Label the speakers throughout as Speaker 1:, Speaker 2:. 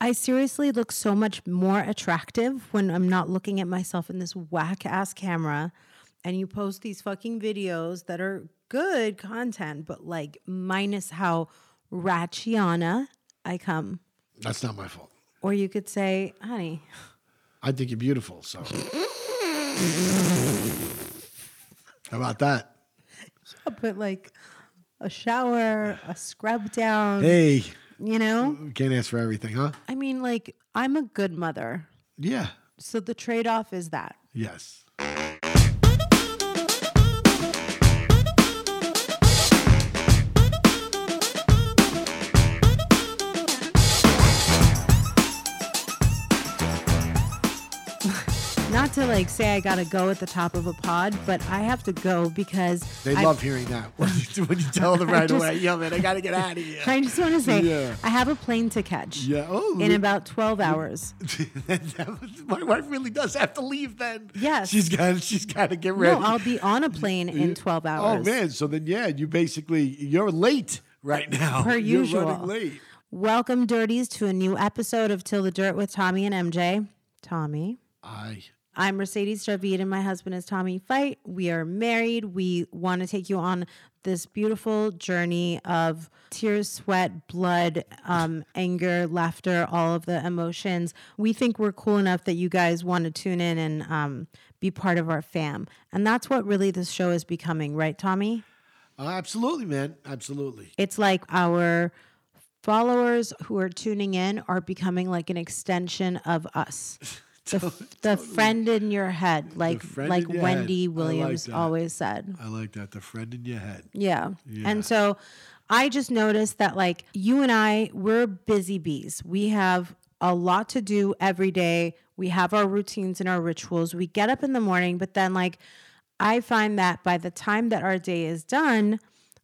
Speaker 1: I seriously look so much more attractive when I'm not looking at myself in this whack ass camera and you post these fucking videos that are good content, but like minus how ratchiana I come.
Speaker 2: That's not my fault.
Speaker 1: Or you could say, honey,
Speaker 2: I think you're beautiful. So, how about that?
Speaker 1: but like a shower, a scrub down,
Speaker 2: Hey,
Speaker 1: you know?
Speaker 2: we can't ask for everything, huh?
Speaker 1: I mean, like, I'm a good mother.
Speaker 2: Yeah.
Speaker 1: So the trade off is that.
Speaker 2: Yes.
Speaker 1: Not to like say I gotta go at the top of a pod, but I have to go because
Speaker 2: They
Speaker 1: I,
Speaker 2: love hearing that when you, when you tell them right
Speaker 1: just-
Speaker 2: away. Yo, man, I got to get out of here.
Speaker 1: I just wanna say
Speaker 2: Yeah.
Speaker 1: I have a plane to catch
Speaker 2: Yeah. Oh,
Speaker 1: in about 12 hours.
Speaker 2: that was- my wife really does have to leave then.
Speaker 1: Yes.
Speaker 2: She's got. She's got to get ready.
Speaker 1: No, I'll be on a plane in 12 hours.
Speaker 2: Oh man. So then, yeah, you basically you're late right now.
Speaker 1: Per
Speaker 2: You're
Speaker 1: usual.
Speaker 2: running late.
Speaker 1: Welcome, Dirties, to a new episode of Till the Dirt with Tommy and MJ. Tommy.
Speaker 2: I.
Speaker 1: I'm Mercedes Dravid and my husband is Tommy Fight. We are married. We want to take you on this beautiful journey of tears, sweat, blood, um, anger, laughter, all of the emotions. We think we're cool enough that you guys want to tune in and um, be part of our fam. And that's what really this show is becoming, right, Tommy?
Speaker 2: Uh, absolutely, man. Absolutely.
Speaker 1: It's like our followers who are tuning in are becoming like an extension of us. The, the friend in your head, like
Speaker 2: friend
Speaker 1: like
Speaker 2: in your
Speaker 1: Wendy
Speaker 2: head. I like
Speaker 1: Williams
Speaker 2: that.
Speaker 1: always said.
Speaker 2: I like that. The friend in your head.
Speaker 1: Yeah. And so I just noticed that like you and I, we're busy bees. We have a lot to do every day. We have our routines and our rituals. We get up in the morning, but then like I find that by the time that our day is done,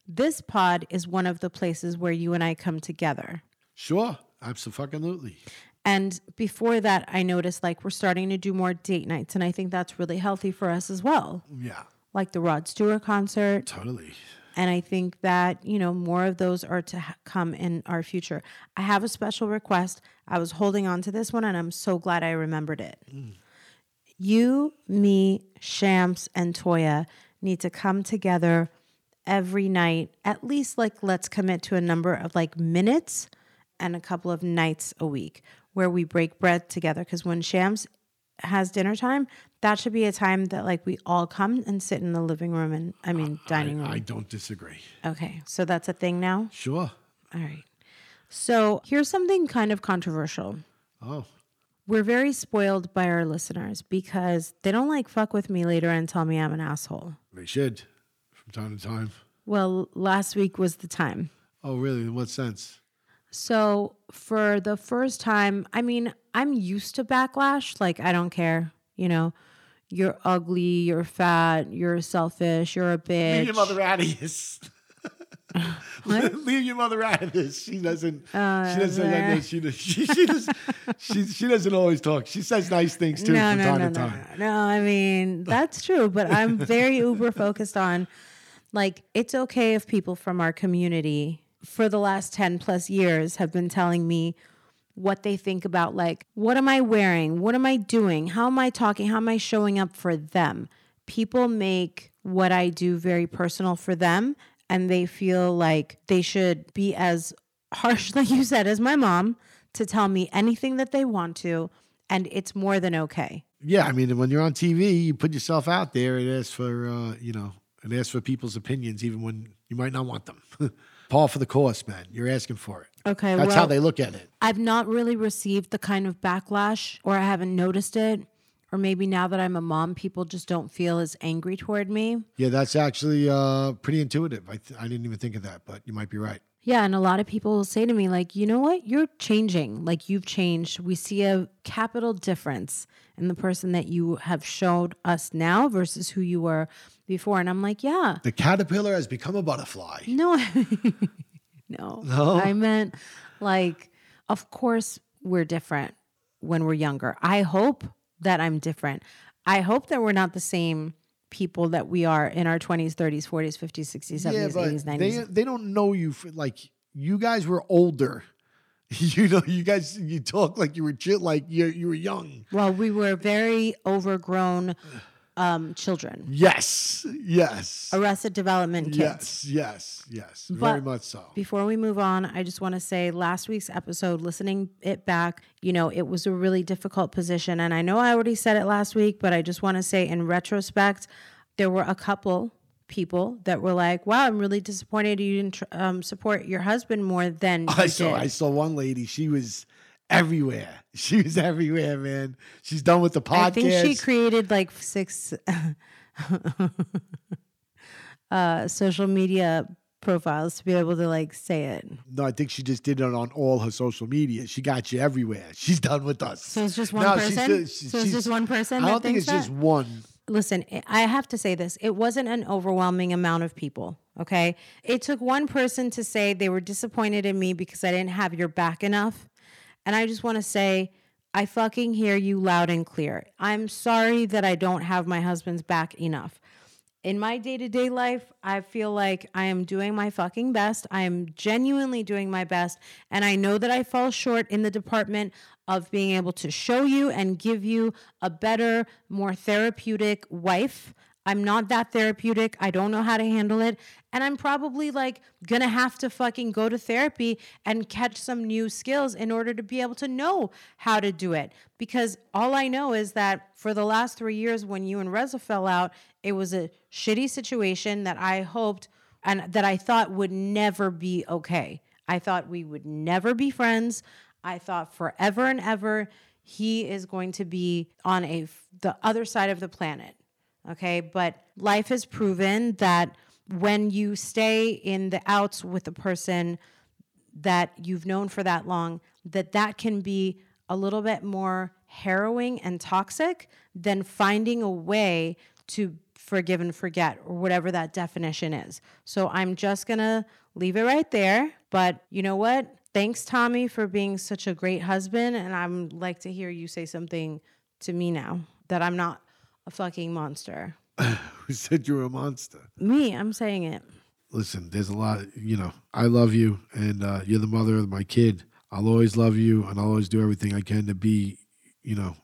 Speaker 1: this pod is one of the places where you and I come together.
Speaker 2: Sure. Absolutely.
Speaker 1: And before that, I noticed like we're starting to do more date nights. And I think that's really healthy for us as well.
Speaker 2: Yeah.
Speaker 1: Like the Rod Stewart concert.
Speaker 2: Totally.
Speaker 1: And I think that, you know, more of those are to ha- come in our future. I have a special request. I was holding on to this one and I'm so glad I remembered it. You, me, Shams, and Toya need to come together every night, at least like let's commit to a number of like minutes and a couple of nights a week where we break bread together. Because when Shams has dinner time, that should be a time that like we all come and sit in the living room and I mean dining room.
Speaker 2: I don't disagree.
Speaker 1: Okay, so that's a thing now?
Speaker 2: Sure.
Speaker 1: All right. So here's something kind of controversial.
Speaker 2: Oh.
Speaker 1: We're very spoiled by our listeners because they don't like fuck with me later and tell me I'm an asshole.
Speaker 2: They should, from time to time.
Speaker 1: Well, last week was the time.
Speaker 2: Oh, really? In what sense?
Speaker 1: So for the first time, I mean, I'm used to backlash. Like, I don't care. You know, you're ugly, you're fat, you're selfish, you're a bitch.
Speaker 2: Leave your mother out of this. Leave your mother out of this. She doesn't.
Speaker 1: Oh,
Speaker 2: she doesn't. Like that. She, does- she, she, does, she she doesn't always talk. She says nice things too
Speaker 1: no,
Speaker 2: from
Speaker 1: no,
Speaker 2: time
Speaker 1: no,
Speaker 2: to
Speaker 1: no,
Speaker 2: time.
Speaker 1: no, no. I mean, that's true, but I'm very uber focused on like it's okay if people from our community for the last 10 plus years have been telling me what they think about like what am I wearing? What am I doing? How am I talking? How am I showing up for them? People make what I do very personal for them and they feel like they should be as harsh like you said as my mom to tell me anything that they want to and it's more than okay.
Speaker 2: Yeah, I mean, when you're on TV, you put yourself out there and ask for, uh, you know, and ask for people's opinions, even when you might not want them. Paul for the course, man. You're asking for it.
Speaker 1: Okay,
Speaker 2: That's
Speaker 1: well,
Speaker 2: how they look at it.
Speaker 1: I've not really received the kind of backlash, or I haven't noticed it, or maybe now that I'm a mom, people just don't feel as angry toward me.
Speaker 2: Yeah, that's actually uh, pretty intuitive. I, th- I didn't even think of that, but you might be right.
Speaker 1: Yeah, and a lot of people will say to me, like, you know what? You're changing. Like, you've changed. We see a capital difference in the person that you have showed us now versus who you were before. And I'm like, yeah,
Speaker 2: The caterpillar has become a butterfly.
Speaker 1: no, no.
Speaker 2: No?
Speaker 1: I meant, like, of course we're different when we're younger. I hope that I'm different. I hope that we're not the same people that we are in our 20s, 30s, 40s, 50s, 60s, 70s, 80s, 90s.
Speaker 2: they they don't know you for like you guys were older you know, you guys, you talk like you were chi- like you you were young.
Speaker 1: Well, we were very overgrown um, children,
Speaker 2: Yes, yes,
Speaker 1: arrested development kids.
Speaker 2: yes, yes, yes. Very
Speaker 1: But-
Speaker 2: much so.
Speaker 1: Before we move on, I just want to say last week's episode, listening it back, you know, it was a really difficult position. And I know I already said it last week, but I just want to say in retrospect, there were a couple people that were like, wow, I'm really disappointed you didn't tr- um, support your husband more than you
Speaker 2: I saw
Speaker 1: did."
Speaker 2: I saw one lady. She was everywhere. She was everywhere, man. She's done with the podcast.
Speaker 1: I think she created like six uh, social media profiles to be able to like say it.
Speaker 2: no, I think she just did it on all her social media. She got you everywhere. She's done with us.
Speaker 1: So it's just one
Speaker 2: No, she's-
Speaker 1: person.
Speaker 2: she's-
Speaker 1: so it's
Speaker 2: she's-
Speaker 1: just one person.
Speaker 2: I
Speaker 1: that
Speaker 2: don't think
Speaker 1: thinks
Speaker 2: it's
Speaker 1: that?
Speaker 2: just one.
Speaker 1: listen, I- I have to say this. It wasn't an overwhelming amount of people. Okay. It took one person to say they were disappointed in me because I didn't have your back enough. And I just want to say, I fucking hear you loud and clear. I'm sorry that I don't have my husband's back enough. In my day to day life, I feel like I am doing my fucking best. I am genuinely doing my best. And I know that I fall short in the department of being able to show you and give you a better, more therapeutic wife. I'm not that therapeutic. I don't know how to handle it. And I'm probably like gonna have to fucking go to therapy and catch some new skills in order to be able to know how to do it. Because all I know is that for the last three years, when you and Reza fell out, it was a shitty situation that I hoped and that I thought would never be okay. I thought we would never be friends. I thought forever and ever he is going to be on a f- the other side of the planet. Okay, but life has proven that when you stay in the outs with a person that you've known for that long, that that can be a little bit more harrowing and toxic than finding a way to forgive and forget or whatever that definition is. So I'm just going to leave it right there, but you know what? Thanks Tommy for being such a great husband and I'm like to hear you say something to me now that I'm not a fucking monster.
Speaker 2: Who said you were a monster?
Speaker 1: Me, I'm saying it.
Speaker 2: listen, there's a lot, you know, I love you and uh, you're the mother of my kid. I'll always love you and I'll always do everything I can to be, you know,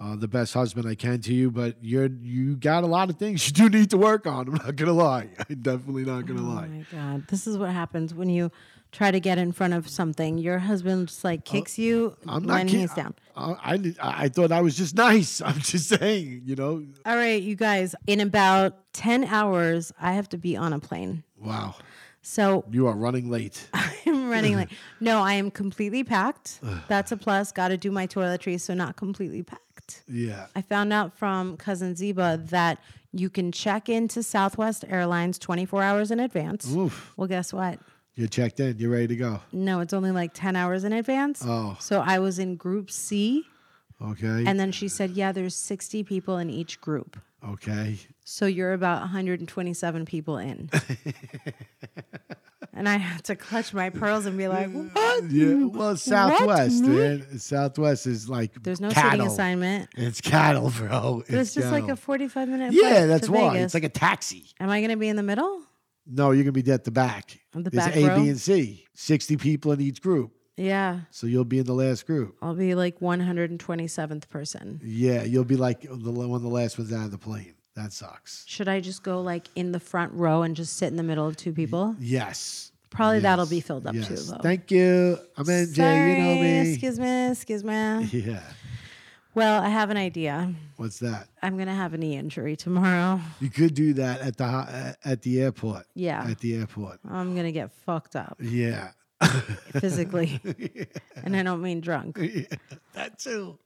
Speaker 2: uh, the best husband I can to you, but you're you got a lot of things you do need to work on. I'm not gonna lie. I'm definitely not gonna
Speaker 1: Oh
Speaker 2: lie.
Speaker 1: my god, this is what happens when you try to get in front of something. Your husband just like kicks you
Speaker 2: Uh, I'm not
Speaker 1: when
Speaker 2: kidding.
Speaker 1: he's down.
Speaker 2: I, I did- I I thought I was just nice. I'm just saying, you know.
Speaker 1: All right, you guys, in about 10 hours, I have to be on a plane.
Speaker 2: Wow,
Speaker 1: So
Speaker 2: you are running late.
Speaker 1: I'm running late. No, I am completely packed. That's a plus. Got to do my toiletries, so not completely packed.
Speaker 2: Yeah.
Speaker 1: I found out from cousin Ziba that you can check into Southwest Airlines 24 hours in advance.
Speaker 2: Oof.
Speaker 1: Well, guess what?
Speaker 2: You're checked in. You're ready to go.
Speaker 1: No, it's only like 10 hours in advance.
Speaker 2: Oh.
Speaker 1: So I was in group C.
Speaker 2: Okay.
Speaker 1: And then she said, Yeah, there's 60 people in each group.
Speaker 2: okay.
Speaker 1: So you're about 127 people in. and I had to clutch my pearls and be like, What?
Speaker 2: Yeah, well, Southwest,
Speaker 1: Me?
Speaker 2: man. Southwest is like
Speaker 1: There's no
Speaker 2: cattle.
Speaker 1: sitting assignment.
Speaker 2: It's cattle, bro. It's,
Speaker 1: It's just like a
Speaker 2: cattle.
Speaker 1: 45 minute flight
Speaker 2: yeah.
Speaker 1: to
Speaker 2: That's why
Speaker 1: Vegas.
Speaker 2: it's like a taxi.
Speaker 1: Am I going to be in the middle?
Speaker 2: No, you're gonna be at the back.
Speaker 1: The
Speaker 2: There's
Speaker 1: back
Speaker 2: A,
Speaker 1: row?
Speaker 2: B, and C. Sixty people in each group,
Speaker 1: Yeah.
Speaker 2: so you'll be in the last group.
Speaker 1: I'll be like 127th person.
Speaker 2: Yeah, you'll be like the one of the last ones out of the plane. That sucks.
Speaker 1: Should I just go like in the front row and just sit in the middle of two people?
Speaker 2: Yes.
Speaker 1: Probably that'll
Speaker 2: yes,
Speaker 1: be filled up
Speaker 2: yes.
Speaker 1: too, though.
Speaker 2: Thank you. I'm NJ.
Speaker 1: Sorry,
Speaker 2: you know me.
Speaker 1: Excuse me. Excuse me.
Speaker 2: yeah.
Speaker 1: Well, I have an idea.
Speaker 2: What's that?
Speaker 1: I'm gonna have a knee injury tomorrow.
Speaker 2: You could do that at the ho- uh, at the airport.
Speaker 1: Yeah.
Speaker 2: At the airport.
Speaker 1: I'm gonna get fucked up
Speaker 2: Yeah.
Speaker 1: physically, and I don't mean drunk.
Speaker 2: yeah, that too.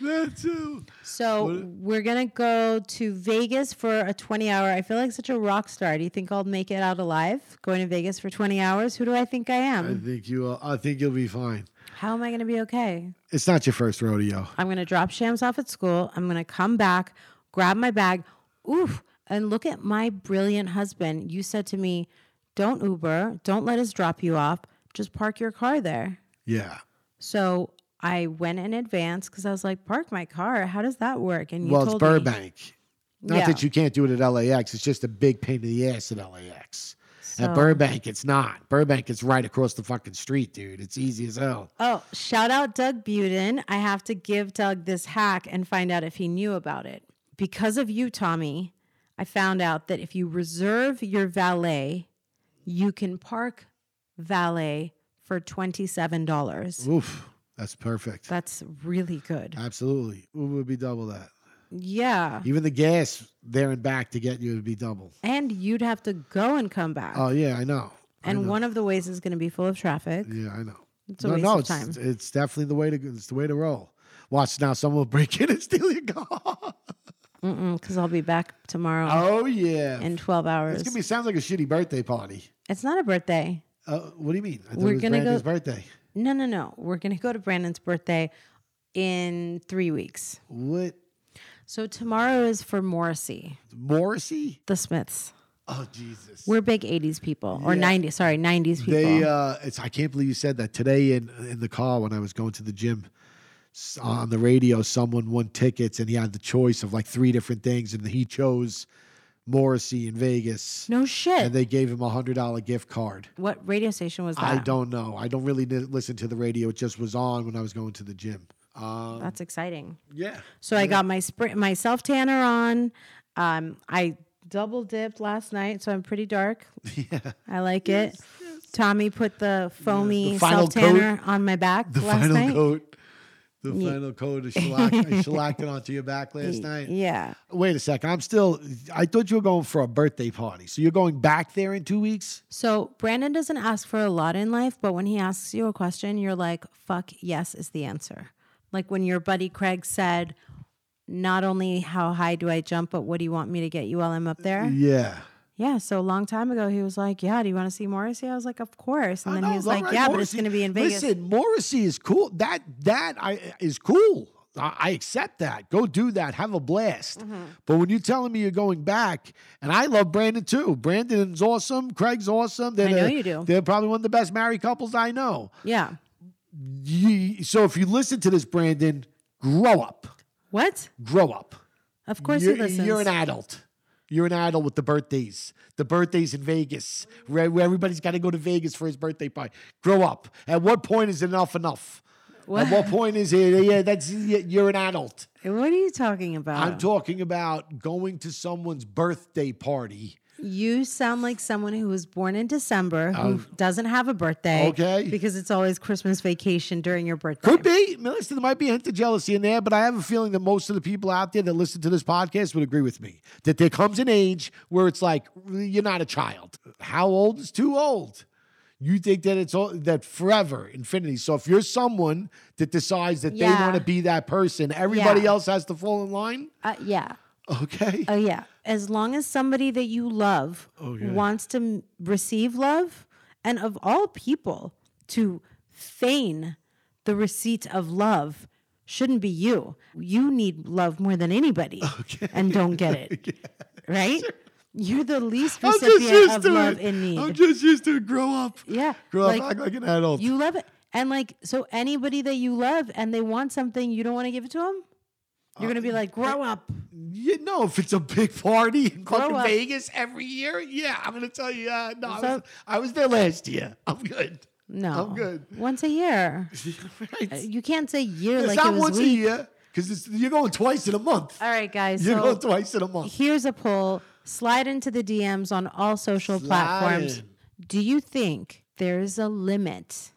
Speaker 2: that too.
Speaker 1: So we're gonna go to Vegas for a 20 hour. I feel like such a rock star. Do you think I'll make it out alive? Going to Vegas for 20 hours? Who do I think I
Speaker 2: I
Speaker 1: am?
Speaker 2: think you. Will, I think you'll be fine.
Speaker 1: How am I gonna be okay?
Speaker 2: It's not your first rodeo.
Speaker 1: I'm gonna drop Shams off at school. I'm gonna come back, grab my bag, oof, and look at my brilliant husband. You said to me, "Don't Uber. Don't let us drop you off. Just park your car there."
Speaker 2: Yeah.
Speaker 1: So I went in advance because I was like, "Park my car. How does that work?" And you
Speaker 2: well, it's
Speaker 1: told me,
Speaker 2: Burbank. Not
Speaker 1: Yeah.
Speaker 2: that you can't do it at LAX. It's just a big pain in the ass at LAX.
Speaker 1: So-
Speaker 2: At Burbank, it's not. Burbank, it's right across the fucking street, dude. It's easy as hell.
Speaker 1: Oh, shout out Doug Buden. I have to give Doug this hack and find out if he knew about it. Because of you, Tommy, I found out that if you reserve your valet, you can park valet for $27.
Speaker 2: Oof, that's perfect.
Speaker 1: That's really good.
Speaker 2: Uh, Absolutely, Uber would be double that.
Speaker 1: Yeah.
Speaker 2: Even the gas there and back to get you would be double.
Speaker 1: And you'd have to go and come back.
Speaker 2: Oh yeah, I know. I
Speaker 1: and
Speaker 2: know.
Speaker 1: one of the ways is going to be full of traffic.
Speaker 2: Yeah, I know.
Speaker 1: It's a waste of time.
Speaker 2: It's, it's definitely the way to. go- It's the way to roll. Watch now, someone will break in and steal your car.
Speaker 1: Because I'll be back tomorrow
Speaker 2: oh yeah,
Speaker 1: in 12
Speaker 2: it's
Speaker 1: hours.
Speaker 2: gonna be sounds like a shitty birthday party.
Speaker 1: it's not a birthday.
Speaker 2: Uh, what do you mean? I thought
Speaker 1: We're
Speaker 2: it was
Speaker 1: gonna go-
Speaker 2: Brandon's birthday.
Speaker 1: No, no, no. We're going to go to Brandon's birthday in three weeks.
Speaker 2: What
Speaker 1: So tomorrow is for Morrissey,
Speaker 2: Morrissey?
Speaker 1: the Smiths.
Speaker 2: Oh Jesus!
Speaker 1: We're big 80s people or
Speaker 2: Yeah.
Speaker 1: 90s, sorry, 90s people.
Speaker 2: They, uh, it's I can't believe you said that today in in the car when I was going to the gym. s- On the radio, someone won tickets and he had the choice of like three different things, and he chose Morrissey in Vegas,
Speaker 1: no
Speaker 2: and
Speaker 1: shit.
Speaker 2: they gave him a hundred dollar gift card.
Speaker 1: what radio station was that?
Speaker 2: I don't know. I don't really li- listen to the radio. It just was on when I was going to the gym. Um,
Speaker 1: That's exciting.
Speaker 2: yeah,
Speaker 1: So I got my spr- my self tanner on. Um, I double dipped last night, so I'm pretty dark.
Speaker 2: yeah.
Speaker 1: I like it. Tommy put the foamy
Speaker 2: the final
Speaker 1: self tanner on my back
Speaker 2: The
Speaker 1: last
Speaker 2: final
Speaker 1: night.
Speaker 2: coat. The final coat. Is shellac- I shellacked it onto your back last night.
Speaker 1: Yeah.
Speaker 2: Wait a second. I'm still. I thought you were going for a birthday party. So you're going back there in two weeks?
Speaker 1: So Brandon doesn't ask for a lot in life, but when he asks you a question, you're like, fuck, yes is the answer. Like when your buddy Craig said, not only how high do I jump, but what do you want me to get you while I'm up there?
Speaker 2: Yeah.
Speaker 1: Yeah. So a long time ago, he was like, yeah, do you want to see Morrissey? I was like, of course. And then he was like, yeah, but it's going to be in Vegas.
Speaker 2: Listen, Morrissey is cool. That that I is cool. I, I accept that. Go do that. Have a blast.
Speaker 1: Mm-hmm.
Speaker 2: But when you're telling me you're going back, and I love Brandon too. Brandon's awesome. Craig's awesome. They're
Speaker 1: I know
Speaker 2: the-
Speaker 1: you do.
Speaker 2: They're probably one of the best married couples I know.
Speaker 1: Yeah.
Speaker 2: Ye- so if you listen to this, Brandon, grow up.
Speaker 1: What?
Speaker 2: Grow up.
Speaker 1: Of course
Speaker 2: you're,
Speaker 1: he listens.
Speaker 2: you're an adult. You're an adult with the birthdays. The birthdays in Vegas, where where everybody's got to go to Vegas for his birthday party. Grow up. At what point is enough enough? At what point is it? Yeah, that's yeah, you're an adult.
Speaker 1: what are you talking about?
Speaker 2: I'm talking about going to someone's birthday party.
Speaker 1: You sound like someone who was born in December who doesn't have a birthday.
Speaker 2: okay.
Speaker 1: Because it's always Christmas vacation during your birthday.
Speaker 2: Could be. Listen, there might be a hint of jealousy in there, but I have a feeling that most of the people out there that listen to this podcast would agree with me that there comes an age where it's like you're not a child. How old is too old? You think that it's all that forever, infinity. So if you're someone that decides that they
Speaker 1: Yeah.
Speaker 2: want to be that person, everybody
Speaker 1: Yeah.
Speaker 2: else has to fall in line.
Speaker 1: Uh, yeah.
Speaker 2: Okay.
Speaker 1: Oh, yeah. As long as somebody that you love
Speaker 2: Oh,
Speaker 1: wants to m- receive love, and of all people, to feign the receipt of love shouldn't be you. You need love more than anybody and don't get it. Right? You're the least
Speaker 2: I'm just
Speaker 1: recipient
Speaker 2: used
Speaker 1: of
Speaker 2: to
Speaker 1: love
Speaker 2: it.
Speaker 1: in need.
Speaker 2: I'm just used to it. Grow up.
Speaker 1: yeah.
Speaker 2: Grow
Speaker 1: like-
Speaker 2: up. Act like an adult.
Speaker 1: You love it. And like, so anybody that you love and they want something, you don't want to give it to them? You're going
Speaker 2: Uh,
Speaker 1: to be like, grow up.
Speaker 2: You know, if it's a big party in
Speaker 1: Grow
Speaker 2: fucking
Speaker 1: up.
Speaker 2: Vegas every year, yeah, I'm gonna tell you. Uh, no, I was,
Speaker 1: up?
Speaker 2: I was there last year. I'm good.
Speaker 1: No.
Speaker 2: I'm good.
Speaker 1: Once a year.
Speaker 2: Right? It's
Speaker 1: Uh, You can't say year like it
Speaker 2: not
Speaker 1: was
Speaker 2: once
Speaker 1: week.
Speaker 2: a year because you're going twice in a month.
Speaker 1: All right, guys.
Speaker 2: You're
Speaker 1: So
Speaker 2: going twice in a month.
Speaker 1: here's a poll. Slide into the DMs on all social platforms.
Speaker 2: Slide
Speaker 1: Do you think there is a limit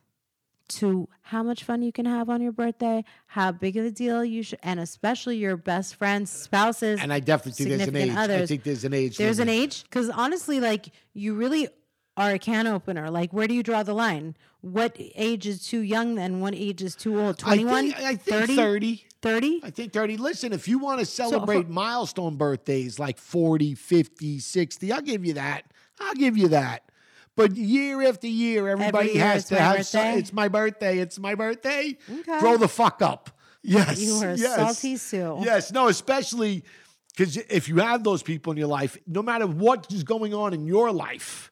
Speaker 1: to how much fun you can have on your birthday? How big of a deal you should, and especially your best friends, spouses,
Speaker 2: And I definitely think there's an age.
Speaker 1: significant
Speaker 2: I
Speaker 1: others.
Speaker 2: think there's an age.
Speaker 1: There's an
Speaker 2: limit.
Speaker 1: age because honestly, like you really are a can opener. Like, where do you draw the line? What age is too young then? What age is too old?
Speaker 2: I
Speaker 1: 21,
Speaker 2: think, I think 30. 30.
Speaker 1: 30?
Speaker 2: I think 30. Listen, if you want to celebrate milestone birthdays like 40, 50, 60, I'll give you that. I'll give you that. But year after year, everybody
Speaker 1: year
Speaker 2: has
Speaker 1: it's
Speaker 2: to
Speaker 1: my
Speaker 2: have so-
Speaker 1: birthday?
Speaker 2: it's my birthday. It's my birthday.
Speaker 1: Okay.
Speaker 2: Grow the fuck up. Yes.
Speaker 1: You are a
Speaker 2: yes.
Speaker 1: salty Sue.
Speaker 2: Yes. No, especially because if you have those people in your life, no matter what is going on in your life,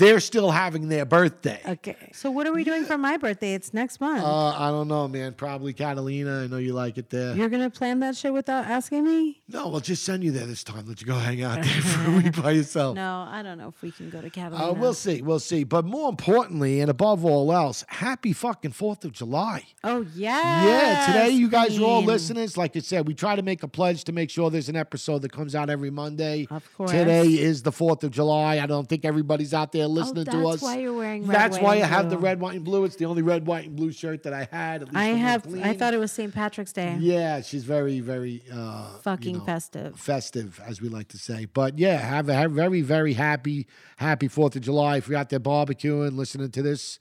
Speaker 2: They're still having their birthday.
Speaker 1: Okay. So what are we doing for my birthday? It's next month.
Speaker 2: Uh, I don't know, man. Probably Catalina. I know you like it there.
Speaker 1: You're gonna plan that shit without asking me?
Speaker 2: No, we'll just send you there this time. Let you go hang out there for a week by yourself.
Speaker 1: No, I don't know if we can go to Catalina.
Speaker 2: Uh, we'll see. We'll see. But more importantly, and above all else, happy fucking 4th of July.
Speaker 1: Oh yeah.
Speaker 2: Yeah, today you guys are all listeners. Like I said, we try to make a pledge to make sure there's an episode that comes out every Monday.
Speaker 1: Of course.
Speaker 2: Today is the 4th of July. I don't think everybody's out there
Speaker 1: Oh,
Speaker 2: listening
Speaker 1: that's
Speaker 2: to us.
Speaker 1: why you're wearing red.
Speaker 2: That's
Speaker 1: white,
Speaker 2: why
Speaker 1: and
Speaker 2: I have the
Speaker 1: blue.
Speaker 2: red, white, and blue. It's the only red, white, and blue shirt that I had. At least
Speaker 1: I
Speaker 2: when we're
Speaker 1: have. I
Speaker 2: clean.
Speaker 1: thought it was St. Patrick's Day.
Speaker 2: Yeah, she's very, very uh, you
Speaker 1: Fucking
Speaker 2: know,
Speaker 1: festive.
Speaker 2: festive, as we like to say. But yeah, have a have a very, very happy, happy Fourth of July. If you're out there barbecuing, listening to this,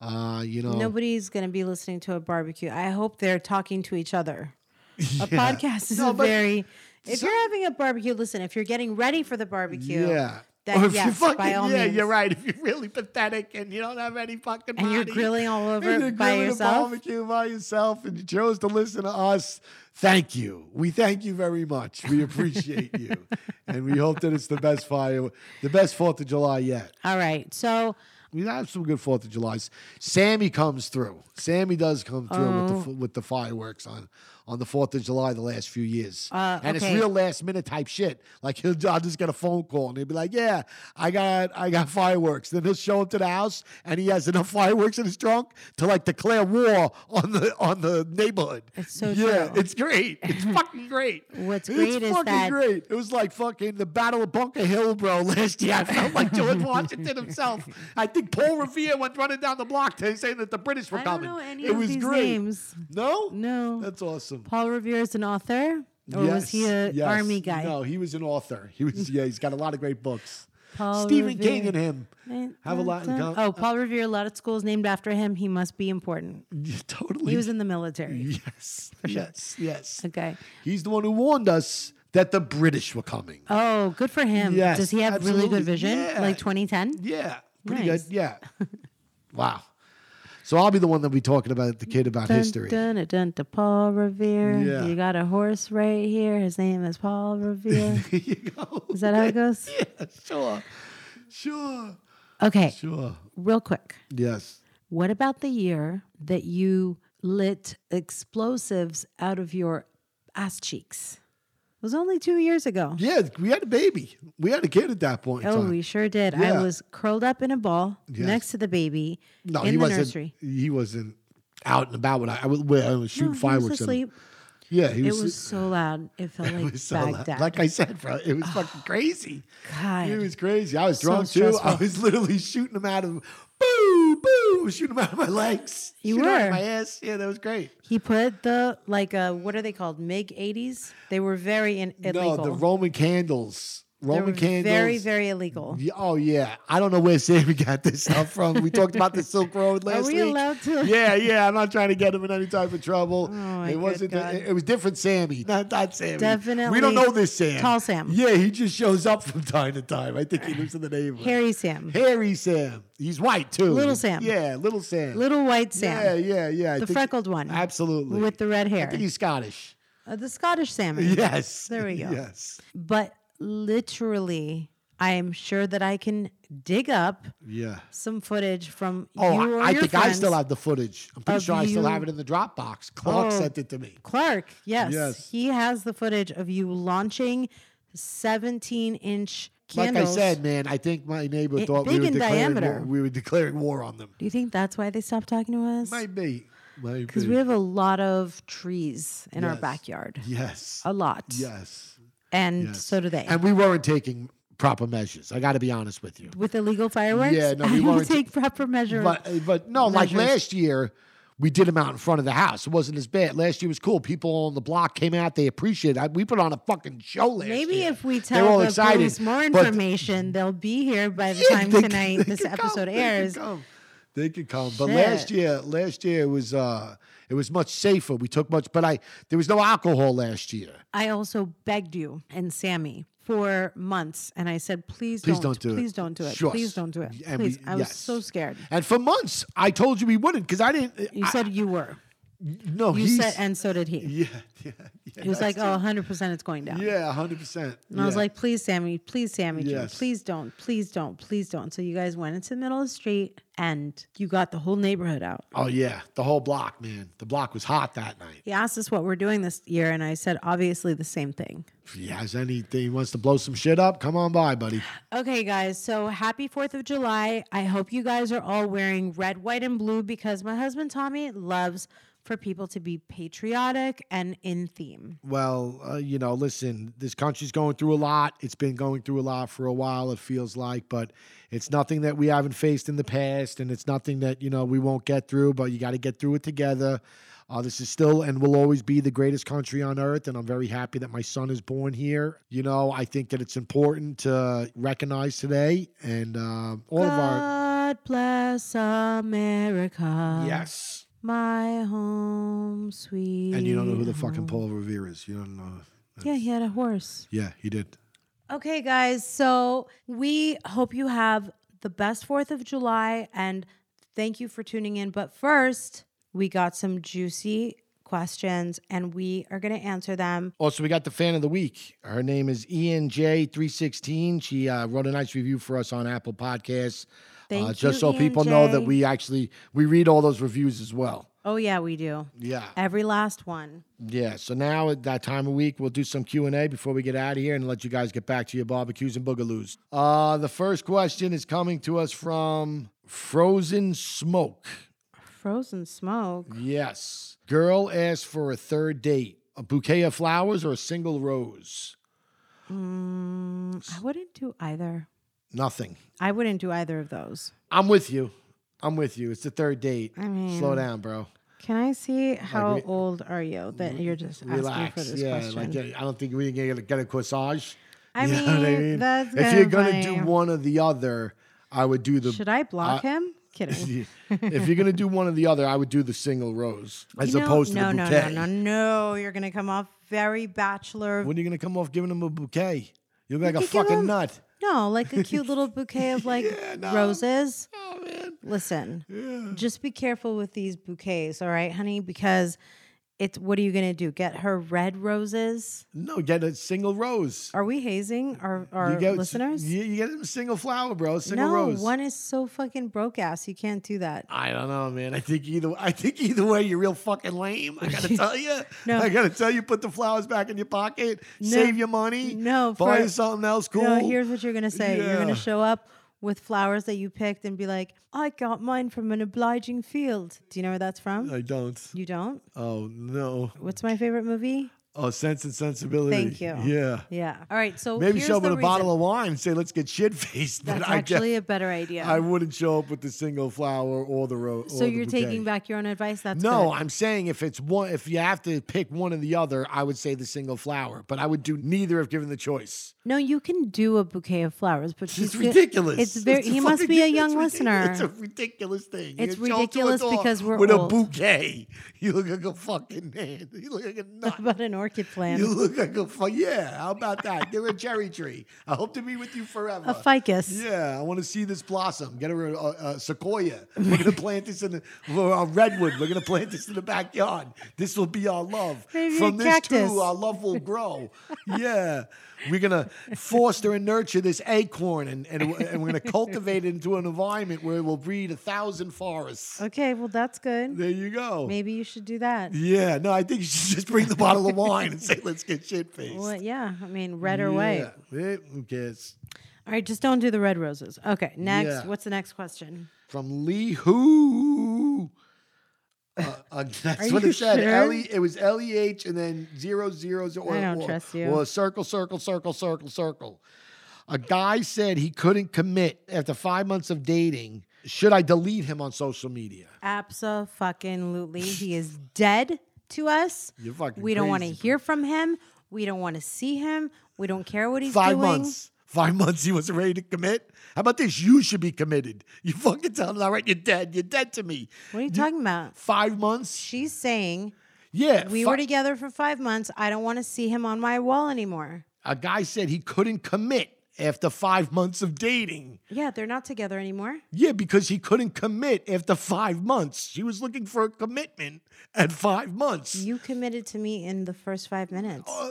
Speaker 2: uh, you know,
Speaker 1: Nobody's gonna be listening to a barbecue. I hope they're talking to each other. A
Speaker 2: Yeah.
Speaker 1: podcast is
Speaker 2: No,
Speaker 1: a
Speaker 2: but
Speaker 1: very. If
Speaker 2: some-
Speaker 1: you're having a barbecue, listen. If you're getting ready for the barbecue,
Speaker 2: yeah.
Speaker 1: That-
Speaker 2: or if you
Speaker 1: yes,
Speaker 2: fucking,
Speaker 1: by all
Speaker 2: yeah,
Speaker 1: means.
Speaker 2: you're right. If you're really pathetic and you don't have any fucking
Speaker 1: and you're
Speaker 2: body,
Speaker 1: grilling all
Speaker 2: and
Speaker 1: over
Speaker 2: you're
Speaker 1: it by
Speaker 2: grilling a
Speaker 1: yourself,
Speaker 2: barbecue by yourself, and you chose to listen to us. Thank you. We thank you very much. We appreciate you, and we hope that it's the best fire, the best Fourth of July yet.
Speaker 1: All right. So
Speaker 2: We have some good Fourth of July's. Sammy comes through. Sammy does come through
Speaker 1: Oh.
Speaker 2: with the with the fireworks on on the Fourth of July the last few years,
Speaker 1: Uh,
Speaker 2: and it's
Speaker 1: okay.
Speaker 2: real last minute type shit. Like he'll I'll just get a phone call and he'll be like, "Yeah, I got I got fireworks." Then he'll show up to the house and he has enough fireworks in his trunk to like declare war on the on the neighborhood.
Speaker 1: It's so
Speaker 2: yeah,
Speaker 1: true.
Speaker 2: it's great. It's fucking great.
Speaker 1: What's
Speaker 2: It's
Speaker 1: great is
Speaker 2: fucking
Speaker 1: that-
Speaker 2: great. It was like fucking the Battle of Bunker Hill, bro. Last year, I felt like George Washington himself. I think Paul Revere went running down the block to saying that the British were
Speaker 1: I don't
Speaker 2: coming.
Speaker 1: know any
Speaker 2: it
Speaker 1: of
Speaker 2: was
Speaker 1: these
Speaker 2: great.
Speaker 1: names.
Speaker 2: No,
Speaker 1: No.
Speaker 2: that's awesome.
Speaker 1: Paul Revere is an author, or
Speaker 2: yes,
Speaker 1: was he an
Speaker 2: yes.
Speaker 1: army guy?
Speaker 2: No, he was an author. He was. Yeah, he's got a lot of great books.
Speaker 1: Paul
Speaker 2: Stephen King and
Speaker 1: Revere.
Speaker 2: him have a lot in common.
Speaker 1: Oh, Paul Revere. A lot of schools named after him. He must be important.
Speaker 2: totally.
Speaker 1: He was in the military.
Speaker 2: yes, yes, yes.
Speaker 1: Okay.
Speaker 2: He's the one who warned us that the British were coming.
Speaker 1: Oh, good for him.
Speaker 2: Yes,
Speaker 1: Does he have really
Speaker 2: absolutely.
Speaker 1: good vision?
Speaker 2: Yeah.
Speaker 1: Like 2010?
Speaker 2: Yeah, pretty
Speaker 1: Nice.
Speaker 2: good. Yeah. wow. So I'll be the one that'll be talking about the kid about history.
Speaker 1: Dun, dun, dun, to Paul Revere.
Speaker 2: Yeah.
Speaker 1: You got a horse right here. His name is Paul Revere.
Speaker 2: Here you go.
Speaker 1: is that how it goes?
Speaker 2: Yeah, sure, sure,
Speaker 1: Okay,
Speaker 2: sure.
Speaker 1: real quick.
Speaker 2: Yes.
Speaker 1: What about the year that you lit explosives out of your ass cheeks? It was only two years ago.
Speaker 2: Yeah, we had a baby. We had a kid at that point. in
Speaker 1: Oh,
Speaker 2: time.
Speaker 1: we sure did.
Speaker 2: Yeah.
Speaker 1: I was curled up in a ball
Speaker 2: Yes.
Speaker 1: next to the baby
Speaker 2: no,
Speaker 1: in
Speaker 2: he
Speaker 1: the
Speaker 2: wasn't.
Speaker 1: nursery.
Speaker 2: He wasn't out and about when I, I was, when I was
Speaker 1: No,
Speaker 2: shooting
Speaker 1: he was
Speaker 2: fireworks. at him.
Speaker 1: asleep.
Speaker 2: Yeah, he
Speaker 1: It
Speaker 2: was.
Speaker 1: was so loud. It felt
Speaker 2: it
Speaker 1: like
Speaker 2: was so loud.
Speaker 1: Baghdad.
Speaker 2: Like I said, bro, it was fucking crazy.
Speaker 1: God.
Speaker 2: It was crazy. I was drunk too.
Speaker 1: stressful.
Speaker 2: I was literally shooting them out of boo, boo, shooting them out of my legs.
Speaker 1: You
Speaker 2: shooting 'em out of
Speaker 1: were.
Speaker 2: my ass. Yeah, that was great.
Speaker 1: He put the like uh what are they called? MiG eighties? They were very in- illegal.
Speaker 2: No, the Roman candles.
Speaker 1: They
Speaker 2: Roman
Speaker 1: were
Speaker 2: candles.
Speaker 1: Very, very illegal.
Speaker 2: Yeah, oh yeah, I don't know where Sammy got this stuff from. We talked about the Silk Road last
Speaker 1: we
Speaker 2: week.
Speaker 1: allowed to- Oh,
Speaker 2: Yeah, yeah. I'm not trying to get him in any type of trouble.
Speaker 1: my
Speaker 2: it
Speaker 1: good
Speaker 2: wasn't.
Speaker 1: God.
Speaker 2: It, it was different, Sammy. Not not Sammy. We
Speaker 1: Definitely
Speaker 2: don't know this Sam.
Speaker 1: tall Sam.
Speaker 2: Yeah, he just shows up from time to time. I think he lives in the neighborhood.
Speaker 1: Harry Sam.
Speaker 2: Harry Sam. He's white too.
Speaker 1: Little Sam.
Speaker 2: Yeah, little Sam.
Speaker 1: Little white Sam.
Speaker 2: Yeah, yeah, yeah. I
Speaker 1: the
Speaker 2: think-
Speaker 1: freckled one.
Speaker 2: Absolutely.
Speaker 1: With the red
Speaker 2: I
Speaker 1: hair.
Speaker 2: think he's Scottish.
Speaker 1: Uh, the Scottish salmon.
Speaker 2: Yes.
Speaker 1: There we go.
Speaker 2: Yes.
Speaker 1: But literally, I am sure that I can dig up
Speaker 2: Yeah.
Speaker 1: some footage from
Speaker 2: Oh,
Speaker 1: you or
Speaker 2: I, I
Speaker 1: your
Speaker 2: think I
Speaker 1: friends.
Speaker 2: still have the footage. I'm pretty
Speaker 1: of
Speaker 2: sure I still
Speaker 1: you-
Speaker 2: have it in the Dropbox. Clark
Speaker 1: Oh.
Speaker 2: sent it to me.
Speaker 1: Clark, yes.
Speaker 2: Yes.
Speaker 1: He has the footage of you launching 17 inch candles.
Speaker 2: Like I said, man, I think my neighbor
Speaker 1: It-
Speaker 2: thought we
Speaker 1: big
Speaker 2: were,
Speaker 1: in
Speaker 2: declaring war,
Speaker 1: diameter.
Speaker 2: we were declaring war on them.
Speaker 1: Do you think that's why they stopped talking to us?
Speaker 2: Might be. Might
Speaker 1: Because
Speaker 2: be.
Speaker 1: we have a lot of trees in our
Speaker 2: Yes.
Speaker 1: backyard.
Speaker 2: yes.
Speaker 1: A lot.
Speaker 2: Yes.
Speaker 1: And
Speaker 2: Yes.
Speaker 1: so do they.
Speaker 2: And we weren't taking proper measures. I got to be honest with you.
Speaker 1: With illegal fireworks,
Speaker 2: Yeah, no, we
Speaker 1: I don't
Speaker 2: weren't-
Speaker 1: take proper measure.
Speaker 2: But uh, but no, like
Speaker 1: measures.
Speaker 2: last year, we did them out in front of the house. It wasn't as bad. Last year was cool. People on the block came out. They appreciated. it. I, we put on a fucking show last
Speaker 1: Maybe
Speaker 2: year.
Speaker 1: if we
Speaker 2: They were all
Speaker 1: tell the
Speaker 2: excited,
Speaker 1: police more
Speaker 2: but-
Speaker 1: information, they'll be here by the
Speaker 2: Yeah,
Speaker 1: time
Speaker 2: they could-
Speaker 1: tonight
Speaker 2: they
Speaker 1: this
Speaker 2: could come,
Speaker 1: episode
Speaker 2: they could
Speaker 1: airs.
Speaker 2: come. They could come, but
Speaker 1: Shit.
Speaker 2: last year, last year it was uh, it was much safer. We took much, but I there was no alcohol last year.
Speaker 1: I also begged you and Sammy for months, and I said, "Please,
Speaker 2: Please don't do it.
Speaker 1: Please don't do it.
Speaker 2: Sure.
Speaker 1: Please don't do it.
Speaker 2: And we-
Speaker 1: please." I was
Speaker 2: yes.
Speaker 1: so scared.
Speaker 2: And for months, I told you we wouldn't because I didn't.
Speaker 1: You
Speaker 2: I-
Speaker 1: said you were.
Speaker 2: no,
Speaker 1: You
Speaker 2: he's,
Speaker 1: said, and so did he.
Speaker 2: yeah, yeah, yeah.
Speaker 1: It was like, oh, 100% it's going down.
Speaker 2: Yeah, hundred percent.
Speaker 1: And I was like, please, Sammy, please, Sammy, Jr.,
Speaker 2: Yes.
Speaker 1: please don't, please don't, please don't. So you guys went into the middle of the street and you got the whole neighborhood out.
Speaker 2: oh yeah, the whole block, man. The block was hot that night.
Speaker 1: He asked us what we're doing this year, and I said, obviously, the same thing.
Speaker 2: If he has anything, he wants to blow some shit up, come on by, buddy.
Speaker 1: Okay, guys, so happy 4th of July. I hope you guys are all wearing red, white, and blue because my husband Tommy loves for people to be patriotic and in theme.
Speaker 2: Well, uh, you know, listen, this country's going through a lot. It's been going through a lot for a while, it feels like, but it's nothing that we haven't faced in the past, and it's nothing that, you know, we won't get through, but you got to get through it together. Uh, this is still and will always be the greatest country on earth, and I'm very happy that my son is born here. You know, I think that it's important to recognize today and uh, all of our.
Speaker 1: God bless America.
Speaker 2: Yes.
Speaker 1: My home, sweet.
Speaker 2: And you don't know who the fucking
Speaker 1: home.
Speaker 2: Paul Revere is. You don't know.
Speaker 1: Yeah, he had a horse.
Speaker 2: Yeah, he did.
Speaker 1: Okay, guys. So we hope you have the best 4th of July and thank you for tuning in. But first, we got some juicy questions and we are going to answer them.
Speaker 2: Also, we got the fan of the week. Her name is ENJ316. She uh, wrote a nice review for us on Apple Podcasts.
Speaker 1: Thank
Speaker 2: uh, just
Speaker 1: you,
Speaker 2: so people know that
Speaker 1: ENJ.
Speaker 2: we actually we read all those reviews as well.
Speaker 1: Oh, yeah, we do.
Speaker 2: Yeah,
Speaker 1: Every last one.
Speaker 2: yeah. So now at that time of week, we'll do some Q and A before we get out of here and let you guys get back to your barbecues and boogaloos. Uh, the first question is coming to us from Frozen Smoke.
Speaker 1: Frozen smoke.
Speaker 2: Yes, girl asked for a third date: a bouquet of flowers or a single rose?
Speaker 1: Mm, I wouldn't do either.
Speaker 2: Nothing.
Speaker 1: I wouldn't do either of those.
Speaker 2: I'm with you. I'm with you. It's the third date.
Speaker 1: I mean-
Speaker 2: slow down, bro.
Speaker 1: Can I see how
Speaker 2: re-
Speaker 1: old are you that you're just asking
Speaker 2: Relax.
Speaker 1: for this
Speaker 2: yeah,
Speaker 1: question?
Speaker 2: like yeah, I don't think we're gonna get a, get a corsage.
Speaker 1: I
Speaker 2: You know
Speaker 1: mean,
Speaker 2: what
Speaker 1: that's
Speaker 2: if you're
Speaker 1: gonna
Speaker 2: gonna do
Speaker 1: funny.
Speaker 2: one or the other, I would do the.
Speaker 1: Should I block him? Kidding.
Speaker 2: if you're gonna do one or the other, I would do the single rose as
Speaker 1: You know-
Speaker 2: opposed to
Speaker 1: no,
Speaker 2: the
Speaker 1: no,
Speaker 2: bouquet.
Speaker 1: No, no, no, You're gonna come off very bachelor.
Speaker 2: When are you gonna come off giving them a bouquet? You look like a
Speaker 1: could give
Speaker 2: fucking
Speaker 1: them-
Speaker 2: nut.
Speaker 1: No, like a cute little bouquet of like roses. Listen, just be careful with these bouquets, all right, honey? Because it's what are you gonna do? Get her red roses?
Speaker 2: No, get a single rose.
Speaker 1: Are we hazing our, our
Speaker 2: you get,
Speaker 1: listeners?
Speaker 2: You, you get them a single flower, bro. a Single
Speaker 1: no,
Speaker 2: rose.
Speaker 1: one is so fucking broke ass. You can't do that.
Speaker 2: I don't know, man. I think either I think either way, you're real fucking lame. I gotta tell you.
Speaker 1: No.
Speaker 2: I gotta tell you, put the flowers back in your pocket, save your money,
Speaker 1: No,
Speaker 2: buy
Speaker 1: for-
Speaker 2: you something else cool.
Speaker 1: No, here's what you're gonna say. You're
Speaker 2: Yeah.
Speaker 1: gonna show up with flowers that you picked and be like, "I got mine from an obliging field." Do you know where that's from?
Speaker 2: I don't.
Speaker 1: You don't?
Speaker 2: Oh no.
Speaker 1: What's my favorite movie?
Speaker 2: Oh, sense and sensibility.
Speaker 1: Thank you.
Speaker 2: Yeah.
Speaker 1: Yeah. All right. So
Speaker 2: Maybe
Speaker 1: here's
Speaker 2: show up
Speaker 1: the
Speaker 2: with a
Speaker 1: reason.
Speaker 2: bottle of wine and say, "Let's get shit faced."
Speaker 1: That's
Speaker 2: But I def-
Speaker 1: actually a better idea.
Speaker 2: I wouldn't show up with the single flower or the rose.
Speaker 1: so you're taking back your own advice. That's
Speaker 2: No,
Speaker 1: good.
Speaker 2: I'm saying if it's one, if you have to pick one or the other, I would say the single flower, but I would do neither if given the choice.
Speaker 1: no, you can do a bouquet of flowers, but you
Speaker 2: It's
Speaker 1: feel-
Speaker 2: ridiculous.
Speaker 1: It's very. He must
Speaker 2: fucking-
Speaker 1: be a
Speaker 2: it's
Speaker 1: young
Speaker 2: ridic-
Speaker 1: listener.
Speaker 2: It's a ridiculous thing.
Speaker 1: It's
Speaker 2: You show up to a
Speaker 1: ridiculous
Speaker 2: door
Speaker 1: because we're
Speaker 2: with
Speaker 1: old.
Speaker 2: a bouquet. You look like a fucking man. You look like a nut.
Speaker 1: about an orchid plant,
Speaker 2: You look like a fuck. Yeah, how about that? Give her a cherry tree. I hope to be with you forever.
Speaker 1: a ficus.
Speaker 2: Yeah, I want to see this blossom. Get her a, a, a sequoia. We're gonna plant this in the or a redwood. We're gonna plant this in the backyard. This will be our love.
Speaker 1: Maybe
Speaker 2: From
Speaker 1: a
Speaker 2: this
Speaker 1: cactus.
Speaker 2: too, our love will grow. yeah, we're gonna foster and nurture this acorn, and and, and we're gonna cultivate it into an environment where it will breed a thousand forests.
Speaker 1: Okay. Well, that's good.
Speaker 2: There you go.
Speaker 1: Maybe you should do that.
Speaker 2: Yeah, no, I think you should just bring the bottle of wine and say, "Let's get shit faced."
Speaker 1: Well, yeah. I mean, red or white.
Speaker 2: Yeah, who cares?
Speaker 1: All right, just don't do the red roses. Okay, next.
Speaker 2: Yeah.
Speaker 1: What's the next question?
Speaker 2: from Lee Who. Uh, uh, that's
Speaker 1: Are
Speaker 2: what
Speaker 1: you
Speaker 2: it said.
Speaker 1: sure?
Speaker 2: L E it was L E H and then zero zero zero.
Speaker 1: I don't
Speaker 2: or,
Speaker 1: trust you.
Speaker 2: Or circle, circle, circle, circle, circle. A guy said he couldn't commit after five months of dating. Should I delete him on social media?
Speaker 1: Absolutely. He is dead to us.
Speaker 2: You're fucking
Speaker 1: We don't want to
Speaker 2: crazy.
Speaker 1: hear from him. We don't want to see him. We don't care what he's
Speaker 2: Five
Speaker 1: doing.
Speaker 2: months. Five months he wasn't ready to commit. How about this? You should be committed. You fucking tell him, all right, you're dead. You're dead to me.
Speaker 1: What are you talking about?
Speaker 2: Five months?
Speaker 1: She's saying
Speaker 2: Yeah.
Speaker 1: we
Speaker 2: fi-
Speaker 1: were together for five months. I don't want to see him on my wall anymore.
Speaker 2: a guy said he couldn't commit after five months of dating.
Speaker 1: Yeah, they're not together anymore.
Speaker 2: Yeah, because he couldn't commit after five months. She was looking for a commitment at five months.
Speaker 1: You committed to me in the first five minutes.
Speaker 2: Uh,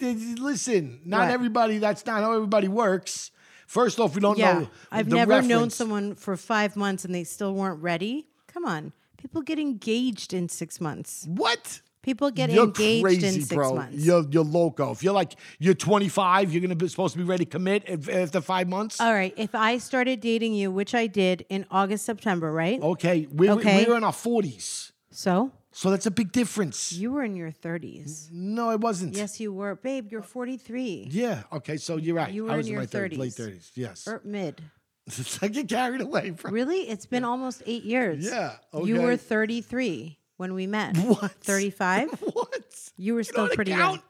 Speaker 2: th- th- listen, not
Speaker 1: What?
Speaker 2: everybody. That's not how everybody works. First off, we don't
Speaker 1: yeah,
Speaker 2: know.
Speaker 1: I've
Speaker 2: the
Speaker 1: never known
Speaker 2: reference.
Speaker 1: someone for five months and they still weren't ready. Come on, people get engaged in six months.
Speaker 2: What?
Speaker 1: People get
Speaker 2: You're
Speaker 1: engaged
Speaker 2: crazy,
Speaker 1: in six
Speaker 2: bro.
Speaker 1: months.
Speaker 2: You're you're loco. If you're like you're 25, you're gonna be supposed to be ready to commit if, after five months.
Speaker 1: All right, if I started dating you, which I did in August, September, right?
Speaker 2: okay, we're
Speaker 1: okay.
Speaker 2: we're in our 40s,
Speaker 1: So
Speaker 2: so that's a big difference.
Speaker 1: you were in your 30s.
Speaker 2: no, it wasn't.
Speaker 1: Yes, you were. Babe, you're 43
Speaker 2: Yeah. Okay. So you're right.
Speaker 1: You were
Speaker 2: I
Speaker 1: in
Speaker 2: was
Speaker 1: your Er
Speaker 2: my 30s, late
Speaker 1: 30s.
Speaker 2: 30s. Yes.
Speaker 1: or mid.
Speaker 2: I get carried away from.
Speaker 1: Really? It's been almost eight years.
Speaker 2: Yeah,
Speaker 1: You were
Speaker 2: okay.
Speaker 1: 33 when we met.
Speaker 2: What?
Speaker 1: 35?
Speaker 2: What?
Speaker 1: You were
Speaker 2: You know
Speaker 1: still
Speaker 2: how to
Speaker 1: pretty young.
Speaker 2: count?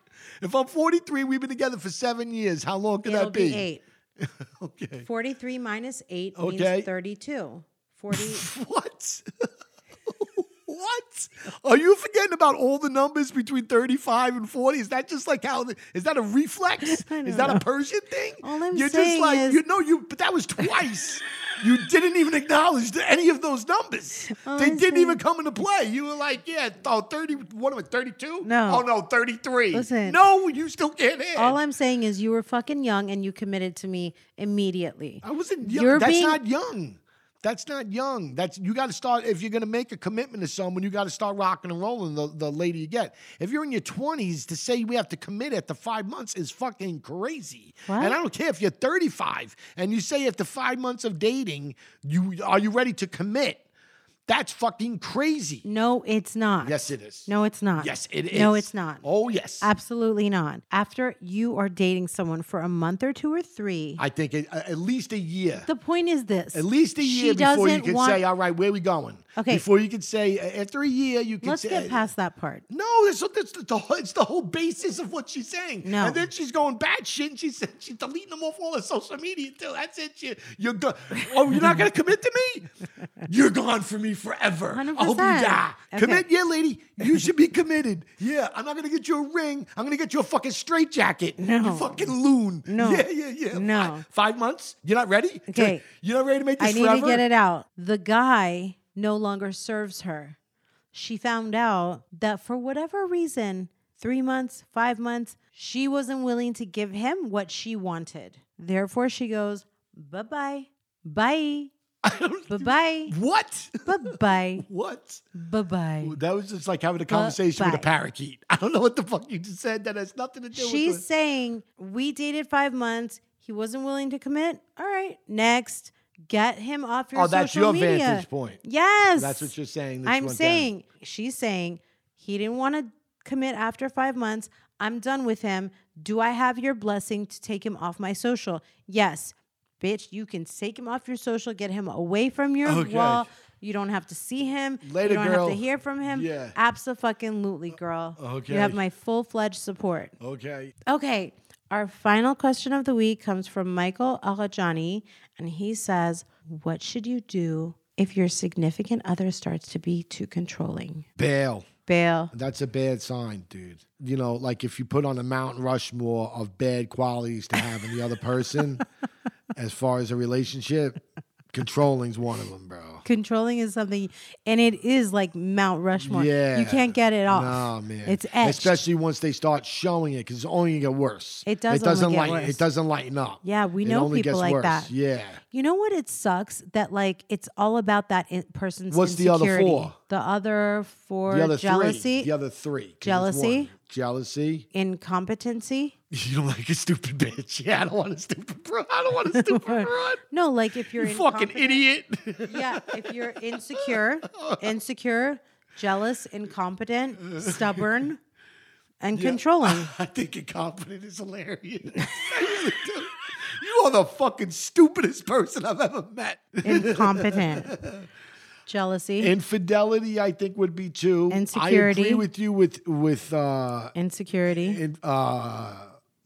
Speaker 2: If I'm 43, we've been together for seven years. How long could
Speaker 1: It'll
Speaker 2: that be?
Speaker 1: be eight.
Speaker 2: Okay.
Speaker 1: 43 minus 8
Speaker 2: Okay.
Speaker 1: means 32. 40.
Speaker 2: What? what? Are you forgetting about all the numbers between 35 and 40? Is that just like how? The, is that a reflex?
Speaker 1: I
Speaker 2: Is
Speaker 1: don't
Speaker 2: that
Speaker 1: know.
Speaker 2: a Persian thing?
Speaker 1: All I'm
Speaker 2: You're
Speaker 1: saying
Speaker 2: just like
Speaker 1: is-
Speaker 2: you know you. But that was twice. you didn't even acknowledge that any of those numbers.
Speaker 1: All
Speaker 2: they
Speaker 1: I'm
Speaker 2: didn't even
Speaker 1: saying-
Speaker 2: come into play. You were like, yeah, oh, 30, what am I, 32?
Speaker 1: No.
Speaker 2: Oh, no, 33.
Speaker 1: Listen.
Speaker 2: No, you still can't add.
Speaker 1: All I'm saying is you were fucking young and you committed to me immediately.
Speaker 2: I wasn't young.
Speaker 1: You're
Speaker 2: That's
Speaker 1: being-
Speaker 2: not young. That's not young. That's you got to start if you're going to make a commitment to someone. You got to start rocking and rolling the, the later you get. If you're in your 20s, to say we have to commit after five months is fucking crazy.
Speaker 1: What?
Speaker 2: And I don't care if you're 35 and you say after five months of dating, you are you ready to commit? That's fucking crazy.
Speaker 1: No, it's not.
Speaker 2: Yes, it is.
Speaker 1: No, it's not.
Speaker 2: Yes, it is.
Speaker 1: No, it's not.
Speaker 2: Oh yes.
Speaker 1: Absolutely not. After you are dating someone for a month or two or three,
Speaker 2: I think it, at least a year.
Speaker 1: the point is this.
Speaker 2: At least a
Speaker 1: She
Speaker 2: year before you
Speaker 1: doesn't
Speaker 2: can
Speaker 1: want-
Speaker 2: say, "All right, where we going?"
Speaker 1: Okay.
Speaker 2: Before you can say, uh, after a year, you can
Speaker 1: Let's
Speaker 2: say,
Speaker 1: get past that part.
Speaker 2: No, that's, that's the, the, it's the whole basis of what she's saying.
Speaker 1: No.
Speaker 2: and then she's going bad shit. And she said she's deleting them off all her social media too. That's it. She, you're go- Oh, you're not gonna commit to me? You're gone for me forever. I hope you
Speaker 1: 100%.
Speaker 2: die.
Speaker 1: Okay.
Speaker 2: Commit, yeah, lady. You should be committed. Yeah, I'm not gonna get you a ring. I'm gonna get you a fucking straitjacket.
Speaker 1: No.
Speaker 2: you fucking loon.
Speaker 1: No.
Speaker 2: yeah, yeah, yeah.
Speaker 1: No.
Speaker 2: Fi- five months. You're not ready.
Speaker 1: Okay.
Speaker 2: You're not ready to make this
Speaker 1: I need
Speaker 2: forever.
Speaker 1: to get it out. The guy no longer serves her. She found out that for whatever reason, three months, five months, she wasn't willing to give him what she wanted. Therefore, she goes, bye bye, bye,
Speaker 2: I don't-
Speaker 1: bye bye,
Speaker 2: What?
Speaker 1: bye bye,
Speaker 2: What?
Speaker 1: bye bye.
Speaker 2: That was just like
Speaker 1: Uh,
Speaker 2: having a conversation with a
Speaker 1: bye.
Speaker 2: parakeet. I don't know what the fuck you just said. That has nothing to do with.
Speaker 1: She's
Speaker 2: the-
Speaker 1: saying, We dated five months. He wasn't willing to commit. All right, next. Get him off your
Speaker 2: Oh, that's
Speaker 1: social
Speaker 2: your
Speaker 1: media.
Speaker 2: vantage point.
Speaker 1: Yes.
Speaker 2: That's what you're saying. that you
Speaker 1: I'm
Speaker 2: want them.
Speaker 1: saying she's saying he didn't want to commit after five months. I'm done with him. Do I have your blessing to take him off my social? Yes, bitch. You can take him off your social. Get him away from your
Speaker 2: Okay.
Speaker 1: wall. You don't have to see him.
Speaker 2: Later,
Speaker 1: you don't
Speaker 2: girl.
Speaker 1: have to hear from him.
Speaker 2: Yeah.
Speaker 1: Absolutely, girl.
Speaker 2: okay.
Speaker 1: You have my full fledged support.
Speaker 2: Okay.
Speaker 1: Okay. Our final question of the week comes from Michael Alajani, and he says, What should you do if your significant other starts to be too controlling?
Speaker 2: Bail.
Speaker 1: Bail.
Speaker 2: That's a bad sign, dude. You know, like if you put on a Mount Rushmore of bad qualities to have in the other person, as far as a relationship, controlling's one of them, bro.
Speaker 1: Controlling is something, and it is like Mount Rushmore.
Speaker 2: Yeah.
Speaker 1: You can't get it off.
Speaker 2: Nah, man.
Speaker 1: It's etched.
Speaker 2: Especially once they start showing it, because it's only gonna get worse.
Speaker 1: It does
Speaker 2: It doesn't
Speaker 1: only get
Speaker 2: lighten.
Speaker 1: worse.
Speaker 2: It doesn't lighten up.
Speaker 1: Yeah, we
Speaker 2: It
Speaker 1: know
Speaker 2: only
Speaker 1: people
Speaker 2: gets
Speaker 1: like
Speaker 2: worse.
Speaker 1: that.
Speaker 2: Yeah.
Speaker 1: You know what? It sucks that like it's all about that in- person's
Speaker 2: What's the other
Speaker 1: insecurity.
Speaker 2: four?
Speaker 1: The other four
Speaker 2: The other
Speaker 1: jealousy,
Speaker 2: three. The other three. 'cause it's
Speaker 1: Jealousy?
Speaker 2: one. Jealousy.
Speaker 1: incompetency.
Speaker 2: You don't like a stupid bitch. Yeah, I don't want a stupid broad. I don't want a stupid broad.
Speaker 1: No, like if you're
Speaker 2: You fucking
Speaker 1: incompetent-
Speaker 2: idiot.
Speaker 1: Yeah, if you're insecure, insecure, jealous, incompetent, stubborn, and controlling.
Speaker 2: I think incompetent is hilarious. I really do. You are the fucking stupidest person I've ever met.
Speaker 1: Incompetent. Jealousy.
Speaker 2: Infidelity, I think, would be two. I
Speaker 1: Insecurity.
Speaker 2: agree with you with with uh,
Speaker 1: insecurity.
Speaker 2: in, uh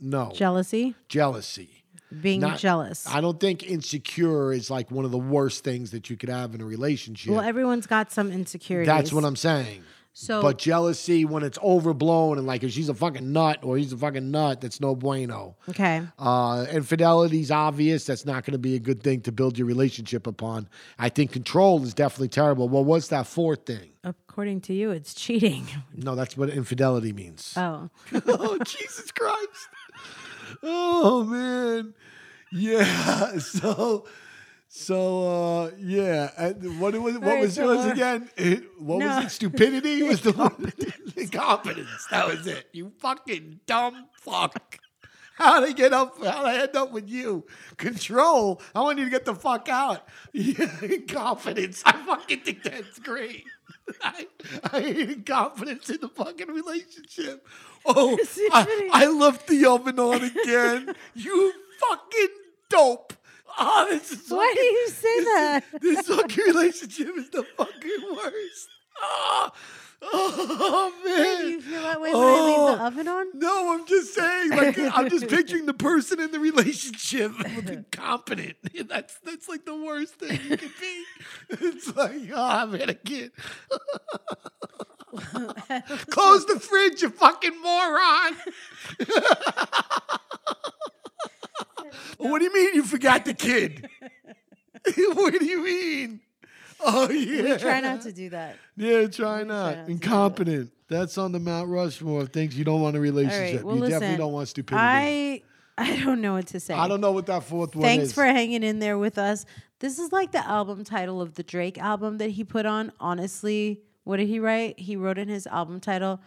Speaker 2: no
Speaker 1: jealousy.
Speaker 2: jealousy.
Speaker 1: Being
Speaker 2: Not-
Speaker 1: jealous.
Speaker 2: I don't think insecure is like one of the worst things that you could have in a relationship.
Speaker 1: well, everyone's got some insecurities.
Speaker 2: That's what I'm saying.
Speaker 1: So
Speaker 2: But jealousy when it's overblown and like if she's a fucking nut or he's a fucking nut, that's no bueno.
Speaker 1: okay.
Speaker 2: Uh, infidelity's obvious. That's not going to be a good thing to build your relationship upon. I think control is definitely terrible. Well, what's that fourth thing?
Speaker 1: According to you, it's cheating.
Speaker 2: No, that's what infidelity means.
Speaker 1: Oh.
Speaker 2: oh, Jesus Christ. Oh, man. Yeah. So, so, uh, yeah. And what, was what
Speaker 1: right,
Speaker 2: was
Speaker 1: so
Speaker 2: yours
Speaker 1: Laura-
Speaker 2: again? It- what
Speaker 1: No.
Speaker 2: was it? Stupidity was the one. Incompetence. That was it. You fucking dumb fuck. How'd I get up? How'd I end up with you? Control. I want you to get the fuck out. Yeah, incompetence. I fucking think that's great. I, I hate incompetence in the fucking relationship. Oh, I, I left the oven on again. you fucking dope. Oh, this is
Speaker 1: Why do
Speaker 2: fucking-
Speaker 1: you say
Speaker 2: this is-
Speaker 1: that?
Speaker 2: this fucking relationship is the fucking worst. Oh, oh man.
Speaker 1: Do you feel that way when I leave
Speaker 2: Oh.
Speaker 1: the oven on?
Speaker 2: No, I'm just saying. Like, I'm just picturing the person in the relationship with incompetent. That's that's like the worst thing you could be. It's like, oh man, I can't. Close the fridge, you fucking moron. what do you mean you forgot the kid? what do you mean? Oh yeah.
Speaker 1: We try not to do that.
Speaker 2: Yeah, try not.
Speaker 1: not to do that.
Speaker 3: Incompetent.
Speaker 2: That's on the Mount Rushmore of things you don't want a relationship.
Speaker 1: well,
Speaker 2: you
Speaker 1: listen,
Speaker 2: definitely don't want stupidity.
Speaker 1: I I don't know what to say.
Speaker 2: I don't know what that fourth one
Speaker 1: Thanks
Speaker 2: is.
Speaker 1: for hanging in there with us. This is like the album title of the Drake album that he put on. Honestly, what did he write? He wrote in his album title,